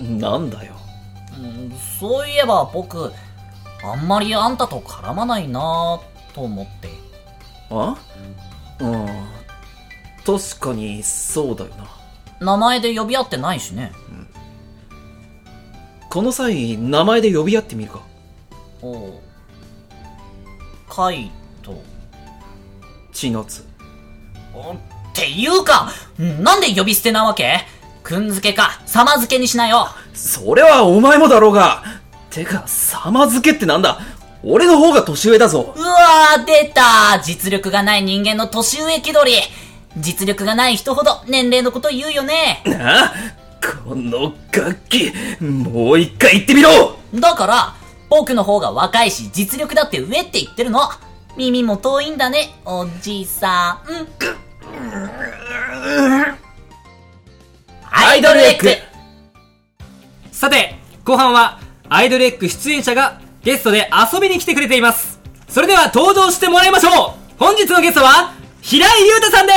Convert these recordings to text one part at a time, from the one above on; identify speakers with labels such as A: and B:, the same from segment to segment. A: なんだよ
B: うんそういえば僕、あんまりあんたと絡まないなぁと思って。
A: あうん確かにそうだよな
B: 名前で呼び合ってないしね。
A: この際名前で呼び合ってみるか
B: おう。カイト。
A: 千夏
B: おっていうか、なんで呼び捨てなわけくんづけか、さまづけにしなよ。
A: それはお前もだろうがてか様付けってなんだ俺の方が年上だぞ
B: うわー、出た実力がない人間の年上気取り実力がない人ほど年齢のこと言うよね
A: なあこの楽器もう一回言ってみろ
B: だから、僕の方が若いし、実力だって上って言ってるの耳も遠いんだね、おじさん。アイドルエッグ
C: さて、後半はアイドルエッグ出演者がゲストで遊びに来てくれています。それでは登場してもらいましょう本日のゲストは、平井優太さんで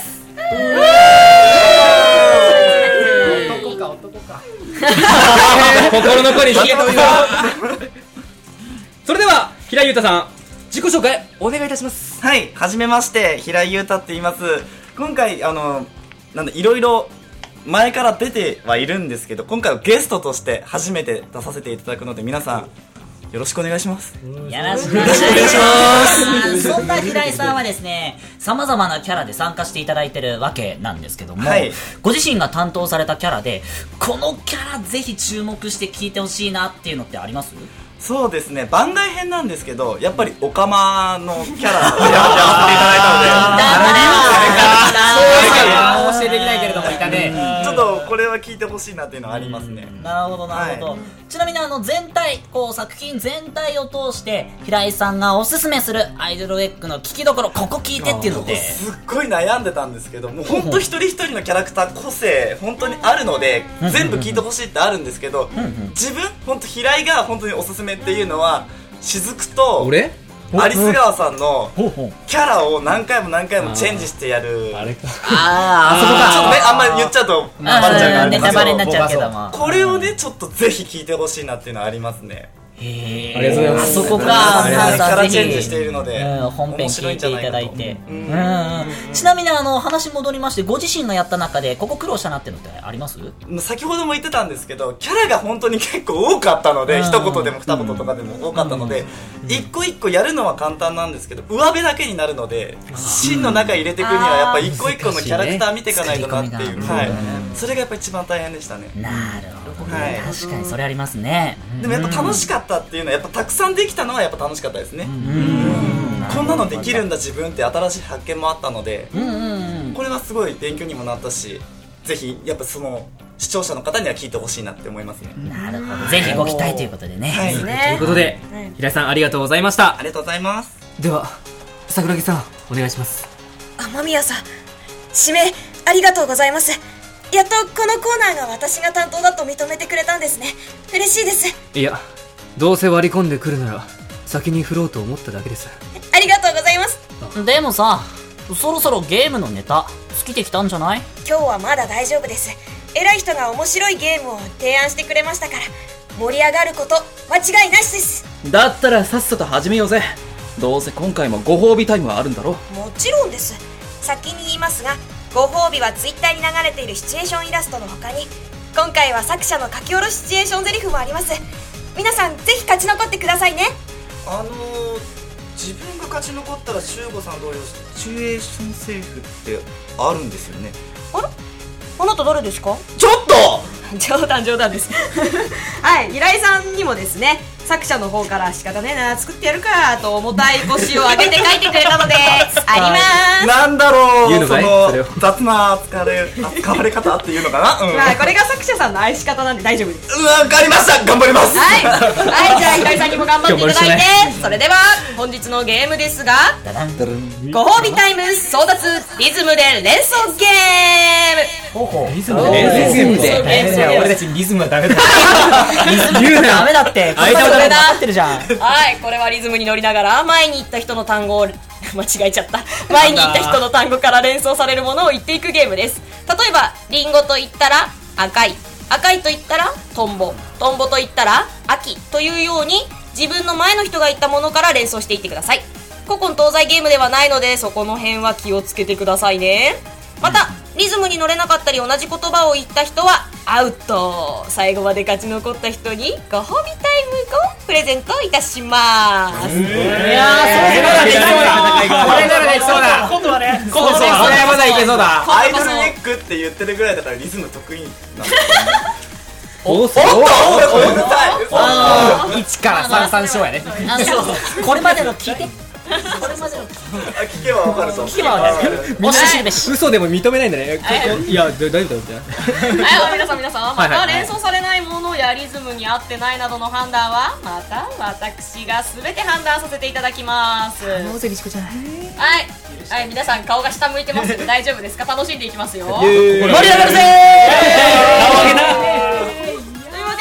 C: す 心残りひげとそれでは、平井優太さん、自己紹介お願いいたします。
D: はい、はじめまして、平井優太って言います。今回、あの、なんだ、いろいろ前から出てはいるんですけど、今回はゲストとして初めて出させていただくので、皆さん、よろしくお願いします。
B: よろしくお願いします。そんな平井さんはですね、様々なキャラで参加していただいてるわけなんですけども、
D: はい
B: ご自身が担当されたキャラで、このキャラぜひ注目して聞いてほしいなっていうのってあります
D: そうですね、番外編なんですけど、やっぱりオカマのキャラをやっていただいたので、
B: あ
C: 教えていきないけれども、いたね。
D: ちょっとこれは聞いてほしいなっていうのはありますね。
B: なるほどなるほど、
D: はい
B: ちなみにあの全体こう作品全体を通して平井さんがおすすめするアイドルウェッグの聞きどころここ聞いてっていうので
D: ですっごい悩んでたんですけどもう本当一人一人のキャラクター個性本当にあるので全部聞いてほしいってあるんですけど自分本当平井が本当におすすめっていうのは雫と
C: 俺
D: 有栖川さんの
B: ほうほう
D: キャラを何回も何回もチェンジしてやるあれか
B: あ
D: そこかちょっとねあんまり言っちゃうと
B: あ
D: バレちゃうからあ
B: ネ
D: れ
B: タバレに
D: で
B: なっ
D: す
B: ちゃうけども
D: けどこれをねちょっとぜひ聞いてほしいなっていうのはありますね
B: へー
C: ありがとうございます
B: あそこか
D: あれ
B: 皆
D: キャ
B: さん
D: ラ
B: ぜ
D: チェンジしてい
B: ひ
D: るので
B: うん本編
D: 面白
B: 聞い
D: んじゃ
B: てい
D: な
B: ただ
D: かと
B: いて
D: う
B: うん
D: ん
B: うんちなみにあの話戻りましてご自身がやった中でここ苦労したなってのってあります
D: 先ほども言ってたんですけどキャラが本当に結構多かったの
B: う
D: で
B: ん
D: 一言でも二言とかでも多かったので一個一個やるのは簡単なんですけど上辺だけになるので芯の中入れていくにはやっぱ一個一個のキャラクター見ていかないとなっていう、
B: 難しいね
D: はい
B: うん、
D: それがやっぱ一番大変でしたね
B: なるほど、ね
D: はい
B: 確かにそれありますね、
D: でもやっぱ楽しかったっていうのはやっぱたくさんできたのはやっぱ楽しかったですねこんなのできるんだ自分って新しい発見もあったので
B: うんうんうん
D: これはすごい勉強にもなったしぜひやっぱその視聴者の方には聞いてほしいなって思いますね
B: なるほどぜひご期待ということでね、
D: はい
E: と
C: ということで、平井さんありがとうございました
D: あ。りがとうございます
C: では、桜木さん、お願いします。
E: 天宮さん指名ありがとうございますやっとこのコーナーが私が担当だと認めてくれたんですね嬉しいです
C: いや、どうせ割り込んでくるなら、先に振ろうと思っただけです。
E: ありがとうございます
B: でもさそろそろゲームのネタ尽きてきたんじゃない
E: 今日はまだ大丈夫です偉い人が面白いゲームを提案してくれましたから盛り上がること間違いなしです
A: だったらさっさと始めようぜどうせ今回もご褒美タイムはあるんだろ
E: もちろんです先に言いますがご褒美はツイッターに流れているシチュエーションイラストの他に今回は作者の書き下ろしシチュエーションゼリフもあります皆さんぜひ勝ち残ってくださいね
D: あのー、自分が勝ち残ったら修吾さん同様シチュエーションセーフってあるんですよね
E: あらあなた誰ですか
D: ちょっと
E: 冗談冗談です はい平井さんにもですね作者の方から仕方ねえな作ってやるかと重たい腰を上げて書いてくれたので あります
D: なんだろう
C: 言うの
D: そ
C: かいそれを
D: の雑な扱われ扱われ方っていうのかなうん、
E: まあこれが作者さんの愛し方なんで大丈夫 です
D: うんわかりました頑張ります
E: はい、はい、じゃあ平井さんにも頑張っていただい
C: 頑張る
E: てそれでは本日のゲームですが
B: だだん
E: ご褒美タイム争奪リズムで連想ゲーム
C: リズムで
E: リズムで連想ゲーム
C: たちリズムはダメだ。
B: リズムってダメだって
C: 言
B: こん
C: うなよ
B: なの分かってるじゃん
E: はい、これはリズムに乗りながら前に行った人の単語を間違えちゃった前に行った人の単語から連想されるものを言っていくゲームです例えばリンゴと言ったら赤い
C: 赤いと言ったらトンボトンボと言ったら秋というように自分の前の人が言ったものから連想していってください古今東西ゲームではないのでそこの辺は気をつけてくださいねまたリズムに乗れなかったり同じ言葉を言った人はアウト最後まで勝ち残った人にご褒美タイムをプレゼントいたします
F: いやー、そうだ。これならできそうだ。
G: 今度はね
F: これはまだいけそうだ。
D: アイドルエッグって言ってるぐらいだからリズム得意なんだ
F: おっと
D: おめでたい
F: 1から三三章やね。
B: あそうこれまでの聞いてこれまでの
D: あ聞けばわかるぞ
B: 聞けばわかるおししるべし
F: 嘘でも認めないんだね。いや、大丈夫だよ。
C: はい、皆さん皆さん、ま
F: はいは
C: た
F: いはい
C: 連想されないものやリズムに合ってないなどの判断は、また私がすべて判断させていただきます。
G: 大関しこちゃん
C: はい、はい、皆さん顔が下向いてますけど、大丈夫ですか、楽しんでいきますよ。というわ
F: 盛り上がるぜ
C: け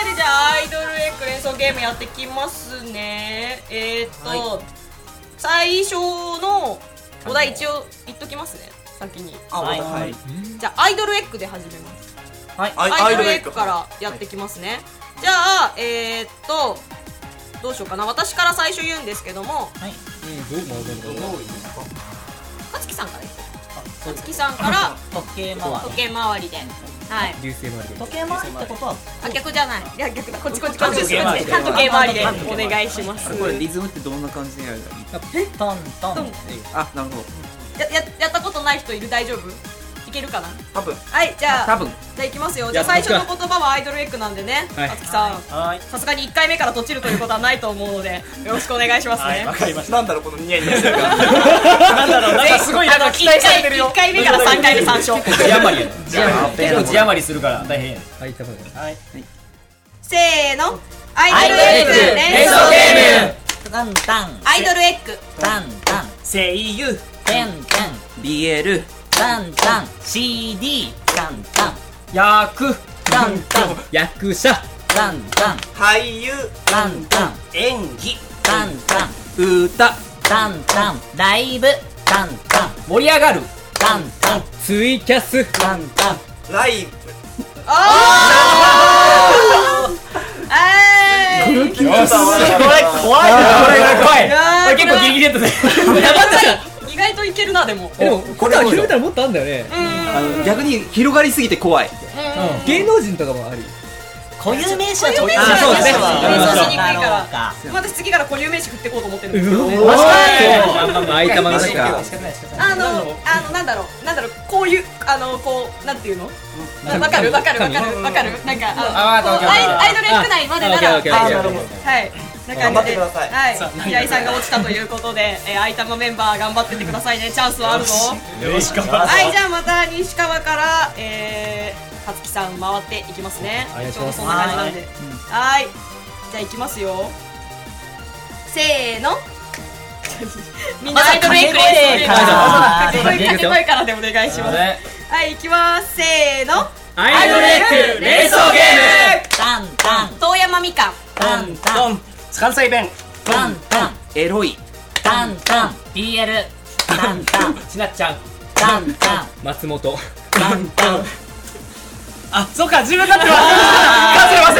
C: で、じゃあ、アイドルエッグ連想ゲームやってきますね。えー、っと、最初のお題一応言っときますね、先に。
D: あはい
C: じゃあ、アイドルエッグで始めます。
D: アイ
C: ア
D: ア
C: イ
D: イド
C: ドル
D: ル
C: エ
D: エ
C: ッ
D: ッ
C: グ
D: グ
C: からやってきますね、じゃあえー、っとどうしようかな私から最初言うんですけども勝木さんからいこう勝木さんから
B: 時計回
C: 時計回りではい
F: 流星丸
B: 時計回りってことは
C: あ逆じゃないいや逆だこっちこっちこっちこっ
B: 時
C: ち
B: 計回りで
C: 時計回りでお願いします
A: これリズムってどんな感じでやるの
B: トントン
A: あなるほど
C: やややったことない人いる大丈夫いけるかな
D: 多分
C: はいじゃあ
A: 多分
C: じゃあいきますよじゃあ最初の言葉はアイドルエッグなんでね
F: はい
C: 勝木さん
B: はい
C: さすがに1回目からとちるということはないと思うのでよろしくお願いしますね
D: なんだろうこのニヤニヤしてる
G: なん
D: 感
G: かすごいなんか期待されてるよ
C: 1回目から3回目3勝
F: 字余り結構字余りするから大変はい、多分
C: せーのアイドルエッグ連想ゲーム
B: タンタン
C: アイドルエッグ
B: タンタン
G: 声優
B: テンテン
A: BL
B: タンタン CD タンタン
F: 役
B: タンタン
F: 役者
B: タンタン
D: じ俳優
B: タンタン
G: 演技
B: タンタン
F: 歌
B: タンタンライブタンタン
F: 盛り上がる
B: タンタン
F: ツイキャス
B: タンタン
D: ライ
C: えーい
D: ブよしこ
F: 怖い怖い
C: やー
F: 結構ギリギリだったね
C: やばい意外といけるなでも
F: でも、これ広めたらもっとあんだよね
A: あの逆に広がりすぎて怖い
F: 芸能人とかもあり
B: 固有名詞はちょっと
C: 固有名詞はそうですね
B: そう
C: 連想しにくいから
B: そうか
C: 私次から固有名詞振ってこうと思ってるんですけど
F: マジかあいたま
A: なんか
C: あのあのなんだろうなんだろうこういうあのこうなんていうのなわかるわかるわかるわかるなんかあのこうアイアイドルエッグ内までならはい
D: あなるほど
C: はいな
D: 頑張っ
C: 感じ
D: てく
C: で
D: ださい
C: はい平井さんが落ちたという ことでえーアイタマメンバー頑張ってってくださいねチャンスはあるぞ
G: よし頑張
C: はい、じゃあまた西川から、えー、勝木さん回っていきますね。
F: お願いし
C: ちょう
F: ま
C: ど
F: す
C: そんな感じなんで。はい。じゃあ行きますよ。せー の。みんなアイドルエッグです。
B: まずは
C: 掛
B: 掛
C: け
B: け
C: 声掛け
F: 声から
C: 声からでお願いします。はい、行きます。せーの。
F: アイドルエッグ連想ゲ
B: タンタン
C: 遠山みかん。
B: タンタ
G: ド
B: ン
G: ン関西弁
B: タンタン
A: エロい
B: タンタン BL タンタン
F: ームちなっちゃん
B: タンタン
F: 松本
B: タンタン
G: あそうか自分だって忘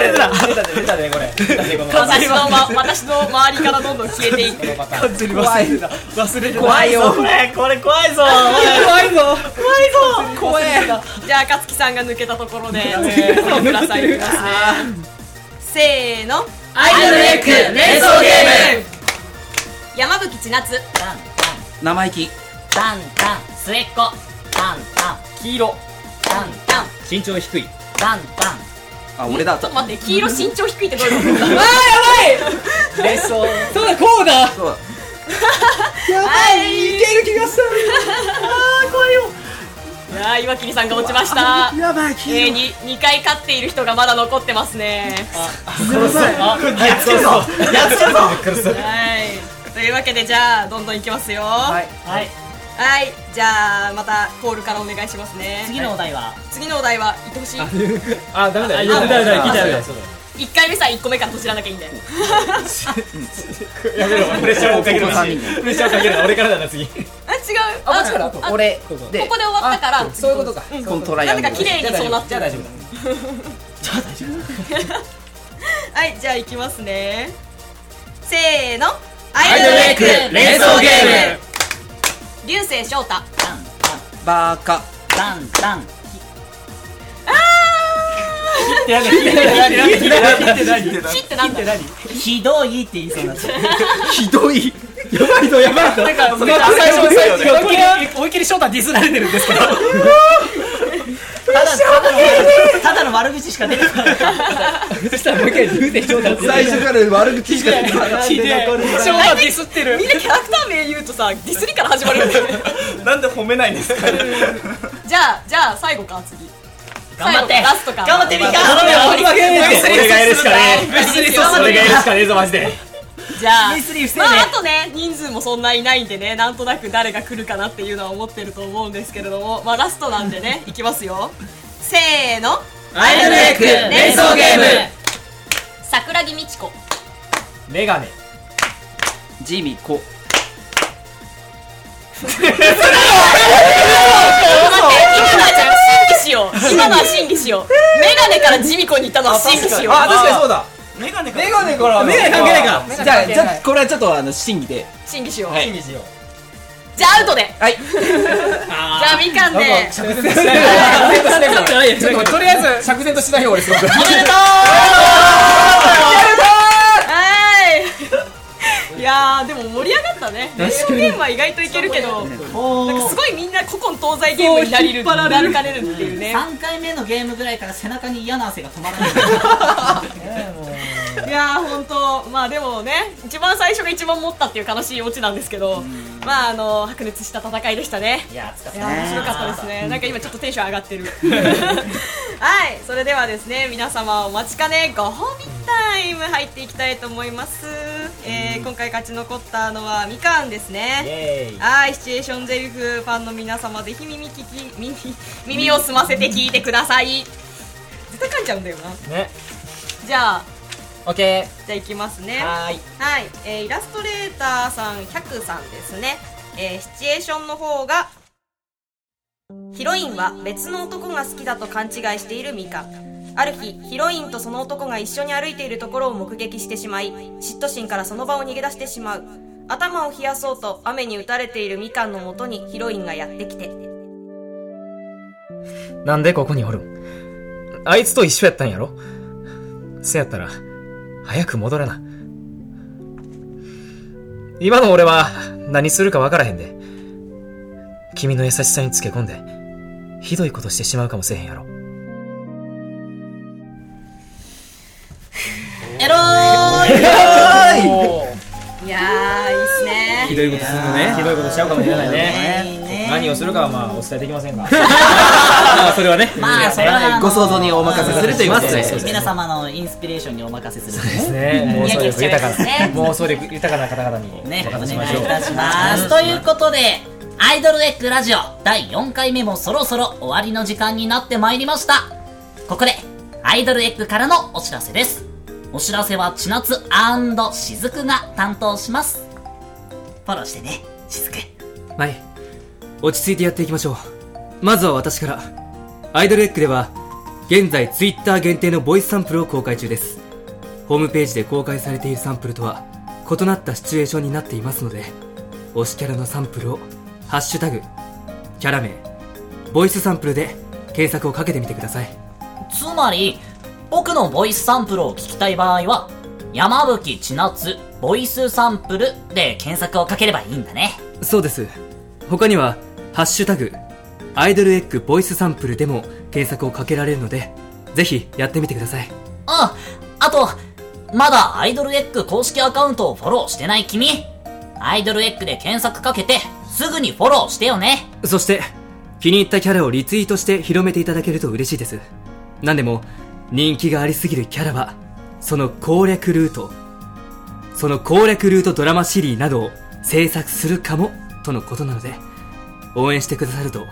G: れてた完全に忘れて
F: 出たね出たねこれ出たねこの
C: 私の、ま、私の周りからどんどん消えていく。
F: パタ
G: た
F: ーン
G: 完全に忘れてた忘れてた
A: 怖いよ
G: これこれ怖いぞ
F: 怖いぞ
A: 怖え
C: じゃあ勝木さんが抜けたところ で、えー、ご覧ください。せーの。
B: アイドルエッグ連想ゲ
C: ーム山吹千夏
B: タンタン
A: 生意気
B: タンタン末っ子タンタン
F: 黄色
B: タン
C: ダン
F: 身長低い
B: タンタン
A: あ俺だそ
C: ちょっと待って黄色身長低いってどういう こと
F: 連想そうだこうだ
A: うだ
C: はい
F: ける気がする
C: いやー岩切さんが落ちました
A: やばい
C: えー、に2回勝っている人がまだ残ってますね
F: やっつけるぞやっつけるぞびっくりする
C: はいというわけでじゃあどんどんいきますよはい
B: はい
C: はいじゃあまたコールからお願いしますね
B: 次のお題は
C: 次のお題は言ってほしい
F: あダメだ
C: ダメだ
F: だ聞いちゃうよ
C: 1回目さ1個目からと知らなきゃいいんだよ
F: やめろプレッシャーをかけるな
A: ここ三
F: プレッシャーをかけるな俺からだな次
C: あ違違う
E: あ、こっちから後
C: あ
E: 俺
C: ここで終わったから
E: あそういうことか
A: このトライ
C: な
A: ア
C: ん
A: ン
C: で
A: グ
C: か
A: ル
C: 綺麗にそうなって
E: じゃあ
C: る
E: 大丈夫だ
C: はいじゃあいきますねせーのア
B: アイドルレック連想ゲー
C: ム流星翔太
B: ダン
A: バーカ
B: ダンダンダン
C: 「ひ」ってなんだよ
B: ひどいって言いそうになっちゃう
A: ひどいやばいぞやばいぞ
G: 最初に最初に思いっきり翔太ディスられてるんですけど
B: ただただの悪口しか出てこない
G: そしたらもう一回流星翔太
A: 最初から悪口しか出てこなかった
G: 翔太ディスってる
C: みんなキャラクター名言うとさディスりから始まるんだよね
D: なんで褒めないんですかね
C: じゃあじゃあ最後か次
B: 頑張って
C: 最後ラストか
B: 頑張ってみか
G: 俺がやるしかねえ俺がやるしかねえぞマジで
C: じゃあ
B: ミスリー不正
C: ま
B: ね
C: ああとね人数もそんないないんでねなんとなく誰が来るかなっていうのは思ってると思うんですけれどもまあラストなんで ねいきますよせーの
B: アイドルレック連想ゲーム
C: 桜木美智子
G: メガネ
A: ジミコ
C: 今のはじゃあ審議しよう今のは審議しよ うメガネからジミコに行ったのは審議しよう
E: あ、確かにそうだ
D: メガネか
E: メガネから
G: メガネ関係ないか
E: メガネ
A: じゃあ
E: 関係
A: じゃ
E: ない
A: あこれはちょっとあの審議で
C: 審議しよう、
A: はい
E: 意味しよう
C: じゃあアウトではいじゃあみかんで
E: 釈然としない釈然としないちょっととりあえず釈然としないよ俺すごく
C: はいいやーでも盛り上がったねレーゲームは意外といけるけどなんかすごいみんな古今東西ゲームになりるなるかれるっていうね
B: 3回目のゲームぐらいから背中に嫌な汗が止まらない
C: いやー本当まあでもね一番最初が一番持ったっていう悲しいオチなんですけどまああの白熱した戦いでしたね
B: いやー疲
C: い
B: れ
C: や
B: た
C: ー面白かったですねなんか今ちょっとテンション上が ってるはいそれではですね皆様お待ちかねご褒美タイム入っていきたいと思います、えー、今回勝ち残ったのはみかんですねはいシチュエーションゼリフファンの皆様ぜひ耳聞き 耳耳を澄ませて聞いてください絶対噛んじゃうんだよな
G: ね
C: じゃあ
G: オッケ
C: じゃあいきますね
G: ーはーい
C: はい、えーイラストレーターさん100さんですね、えーシチュエーションの方がヒロインは別の男が好きだと勘違いしているミカある日ヒロインとその男が一緒に歩いているところを目撃してしまい嫉妬心からその場を逃げ出してしまう頭を冷やそうと雨に打たれているみかんのもとにヒロインがやってきて
E: なんでここにおるんあいつと一緒やったんやろせやったら、早く戻らな。今の俺は何するかわからへんで。君の優しさにつけ込んで、ひどいことしてしまうかもしれへんやろ。
B: エローい
C: いやーいいっすね
E: ひどいことするのね。ひどいことしちゃうかもしれない
B: いいね
E: 何をするかはまあお伝えできませ んが。まあそれはね。
B: まあそれはあの
A: ご想像にお任せすると言いますね
E: そうですね
B: 皆様のインスピレーションにお任せする
E: です ね。妄想力豊か
C: いやいやいやいや
E: な、妄想力豊かな方々に
B: ね、
E: お
B: お願
E: 任せしまし
B: い
E: ょ。
B: いうたします。ということで、アイドルエッグラジオ第4回目もそろそろ終わりの時間になってまいりました。ここで、アイドルエッグからのお知らせです。お知らせは千夏しずくが担当します。フォローしてね、しずく。
F: はい落ち着いてやっていきましょうまずは私からアイドルエッグでは現在 Twitter 限定のボイスサンプルを公開中ですホームページで公開されているサンプルとは異なったシチュエーションになっていますので推しキャラのサンプルを「ハッシュタグキャラ名ボイスサンプル」で検索をかけてみてください
B: つまり、僕のボイスサンプルを聞きたい場合は、山吹千夏ボイスサンプルで検索をかければいいんだね。
F: そうです他には「ハッシュタグアイドルエッグボイスサンプル」でも検索をかけられるのでぜひやってみてください
B: あ、あと、まだアイドルエッグ公式アカウントをフォローしてない君、アイドルエッグで検索かけて、すぐにフォローしてよね。
F: そして、気に入ったキャラをリツイートして広めていただけると嬉しいです。なんでも、人気がありすぎるキャラは、その攻略ルート、その攻略ルートドラマシリーなどを制作するかも、とのことなので、応援してくださると、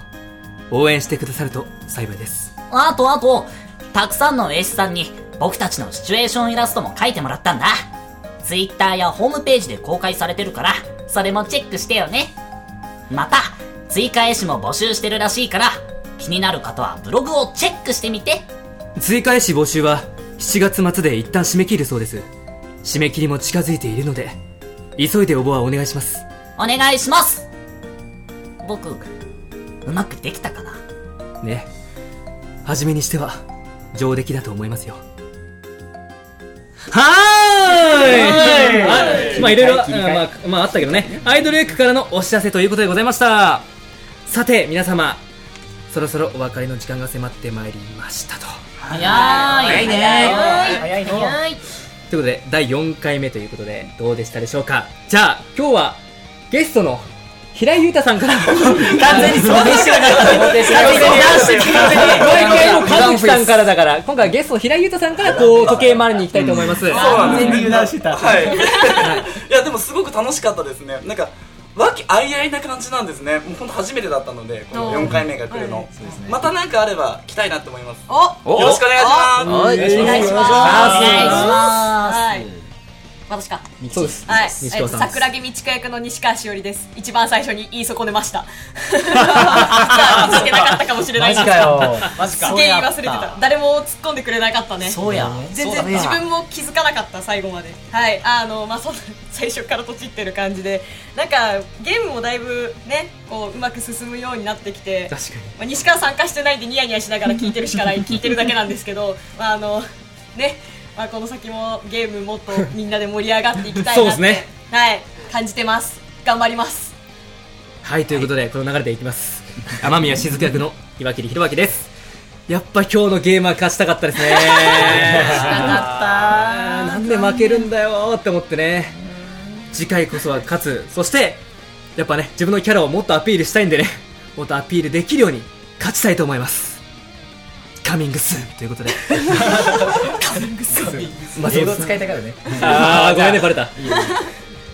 F: 応援してくださると幸いです。
B: あとあと、たくさんの絵師さんに僕たちのシチュエーションイラストも描いてもらったんだ。ツイッターやホームページで公開されてるから、それもチェックしてよね。また、追加絵師も募集してるらしいから、気になる方はブログをチェックしてみて。
F: 追加絵師募集は7月末で一旦締め切るそうです締め切りも近づいているので急いで応募はお願いします
B: お願いします僕、うまくできたかな
F: ね初めにしては上出来だと思いますよはーいまあいろいろ、うんまあ、まああったけどねアイドルエッグからのお知らせということでございましたさて皆様そろそろお別れの時間が迫ってまいりましたと
B: 早い早いね早い早い
F: ということで第4回目ということでどうでしたでしょうかじゃあ今日はゲストの平井裕太さん から完全にそうでした毎回もう和樹さんからだから今回はゲストの平井裕太さんからこう時計回りに行きたいと思います、
D: なんですね
G: 油断してた
D: はい、いやでもすごく楽しかったですねなんか和気あいあいな感じなんですねもう本当初めてだったのでこの4回目が来るの、また何かあれば来たいなと思います
C: お
D: よろしくお願いします
A: はい
C: お願いしますお
B: 願いします
C: はい私か
F: そうです
C: はい、
F: 西
C: えっと
F: 川さんです
C: 桜木道子役の西川しおりです一番最初に言い損ねました 実は見つけなかったかもしれない
G: マジかよマジ
C: すげえ言い忘れてた誰も突っ込んでくれなかったね
B: そうや。
C: 全然自分も気づかなかった最後まではいあのまあそんな 最初からとちってる感じでなんかゲームもだいぶねこううまく進むようになってきて
F: 確かに
C: まあ、西川参加してないんでニヤニヤしながら聞いてるしかない聞いてるだけなんですけど、まああのねまあ、この先もゲームもっとみんなで盛り上がっていきたいなって
F: そうですね
C: はい、感じてます頑張ります
F: はい、ということで、この流れでいきます。雨宮雫役の岩切弘明です。やっぱ今日のゲームは勝ちたかったですね。
C: な
F: 勝
C: かった
F: なんで負けるんだよーって思ってね。次回こそは勝つ。そして、やっぱね、自分のキャラをもっとアピールしたいんでね、もっとアピールできるように勝ちたいと思います。カミングスーンということで。カミングスーン。まあ、そう
G: 英
F: で
G: 語
F: す
G: 使いたがるね
F: あー、ごめんね、バレた。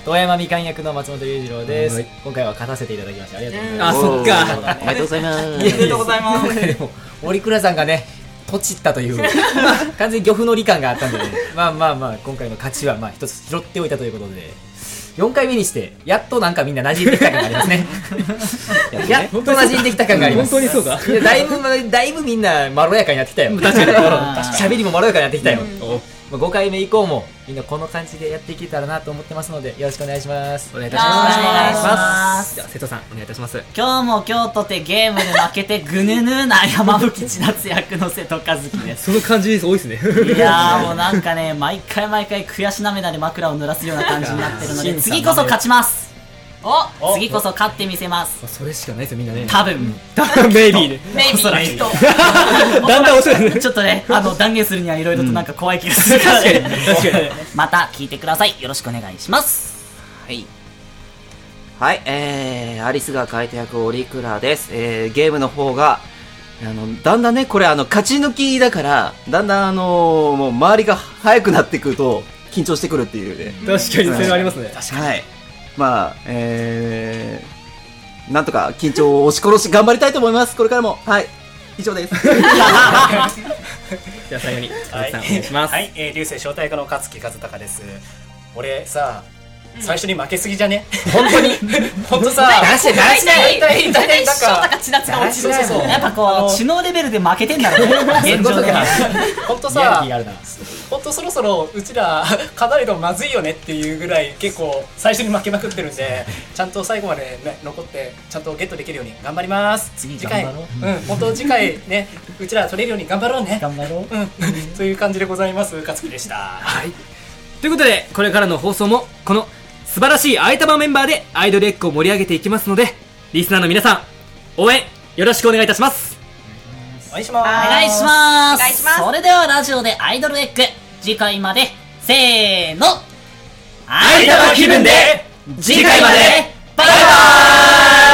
G: 遠山みかん役の松本裕次郎です、
F: はい
G: 今回は勝たせていただきましてありがとうございま
F: あ、そっ
G: す、
F: か。
A: おめでとうございます
D: おめでとうございます
G: でも森倉さんがねとちったと いう完全に漁夫の理感があったんでねまあまあまあ今回の勝ちはまあ一つ拾っておいたということで4回目にしてやっとなんかみんな馴染んできた感がありますね やっと馴染んできた感があります
F: 本当にそうか
G: いやだいぶだいぶみんなまろやかになってきたよ確かに喋りもまろやかになってきたよ、まあ、5回目以降もみんなこの感じでやっていけたらなと思ってますのでよろしくお願いします
F: お願いいたしま
B: お
F: す。
B: 願いし
G: ま
B: ます。
F: じゃあ、瀬戸さん、お願いいたします。
B: 今日も今日とてゲームで負けてぐぬぬな山吹千夏役の瀬戸和樹です。
F: その感じ多いです ね。
B: いやーもうなんかね、毎回毎回悔し涙で枕を濡らすような感じになってるので、次こそ勝ちますお次こそ勝ってみせます
F: それしかないですよ、みんなね。
B: 多分、
F: ベイビーね。
C: メイビーきっと
F: だんだん遅いね。
B: ちょっとね、あの、断言するにはいろいろとなんか怖い気がするから、ね
F: 確かに。
B: また聞いてください。よろしくお願いします。
A: はい。はい、えー、アリスが書いた役、オリクラです。えー、ゲームの方が、あの、だんだんね、これあの、勝ち抜きだから、だんだんあのーもう周りが早くなってくると、緊張してくるっていうね。
F: 確かに、それはありますね。
A: はい。まあ、えー、なんとか緊張を押し殺し頑張りたいと思います。これからも。はい。以上 です。
F: じゃあ最後に、鈴木さんお願いします。
H: はい、えー、流星招待家の勝木和孝です。俺さ、最初に負けすぎじゃね本当に本当さ、
G: 出して出し
C: 大体
H: 大体なんか
C: 翔太か千夏が落ちる
G: そうそうそう
B: やっぱこう、知能レベルで負けてんだ ろうね、現状では。
H: 本当
G: リアリ
H: さ
G: ティ、あるな
H: 本当そろそろうちら、課題のまずいよねっていうぐらい結構最初に負けまくってるんで、ちゃんと最後まで、ね、残って、ちゃんとゲットできるように頑張ります。
B: 次
H: 次回、
B: 頑張
H: うん、本当次回ね、うちら取れるように頑張ろうね。
B: 頑張ろう。
H: うん、という感じでございます。勝木でした。
F: ということで、これからの放送も、この素晴らしいアイタマメンバーでアイドルエッグを盛り上げていきますので、リスナーの皆さん、応援よろしくお願いいたします。
H: お願いします。
B: お願いします
C: お願いします
B: それではラジオでアイドルエッグ次回までせーの
F: アイタマ気分で
B: 次回までバイバーイ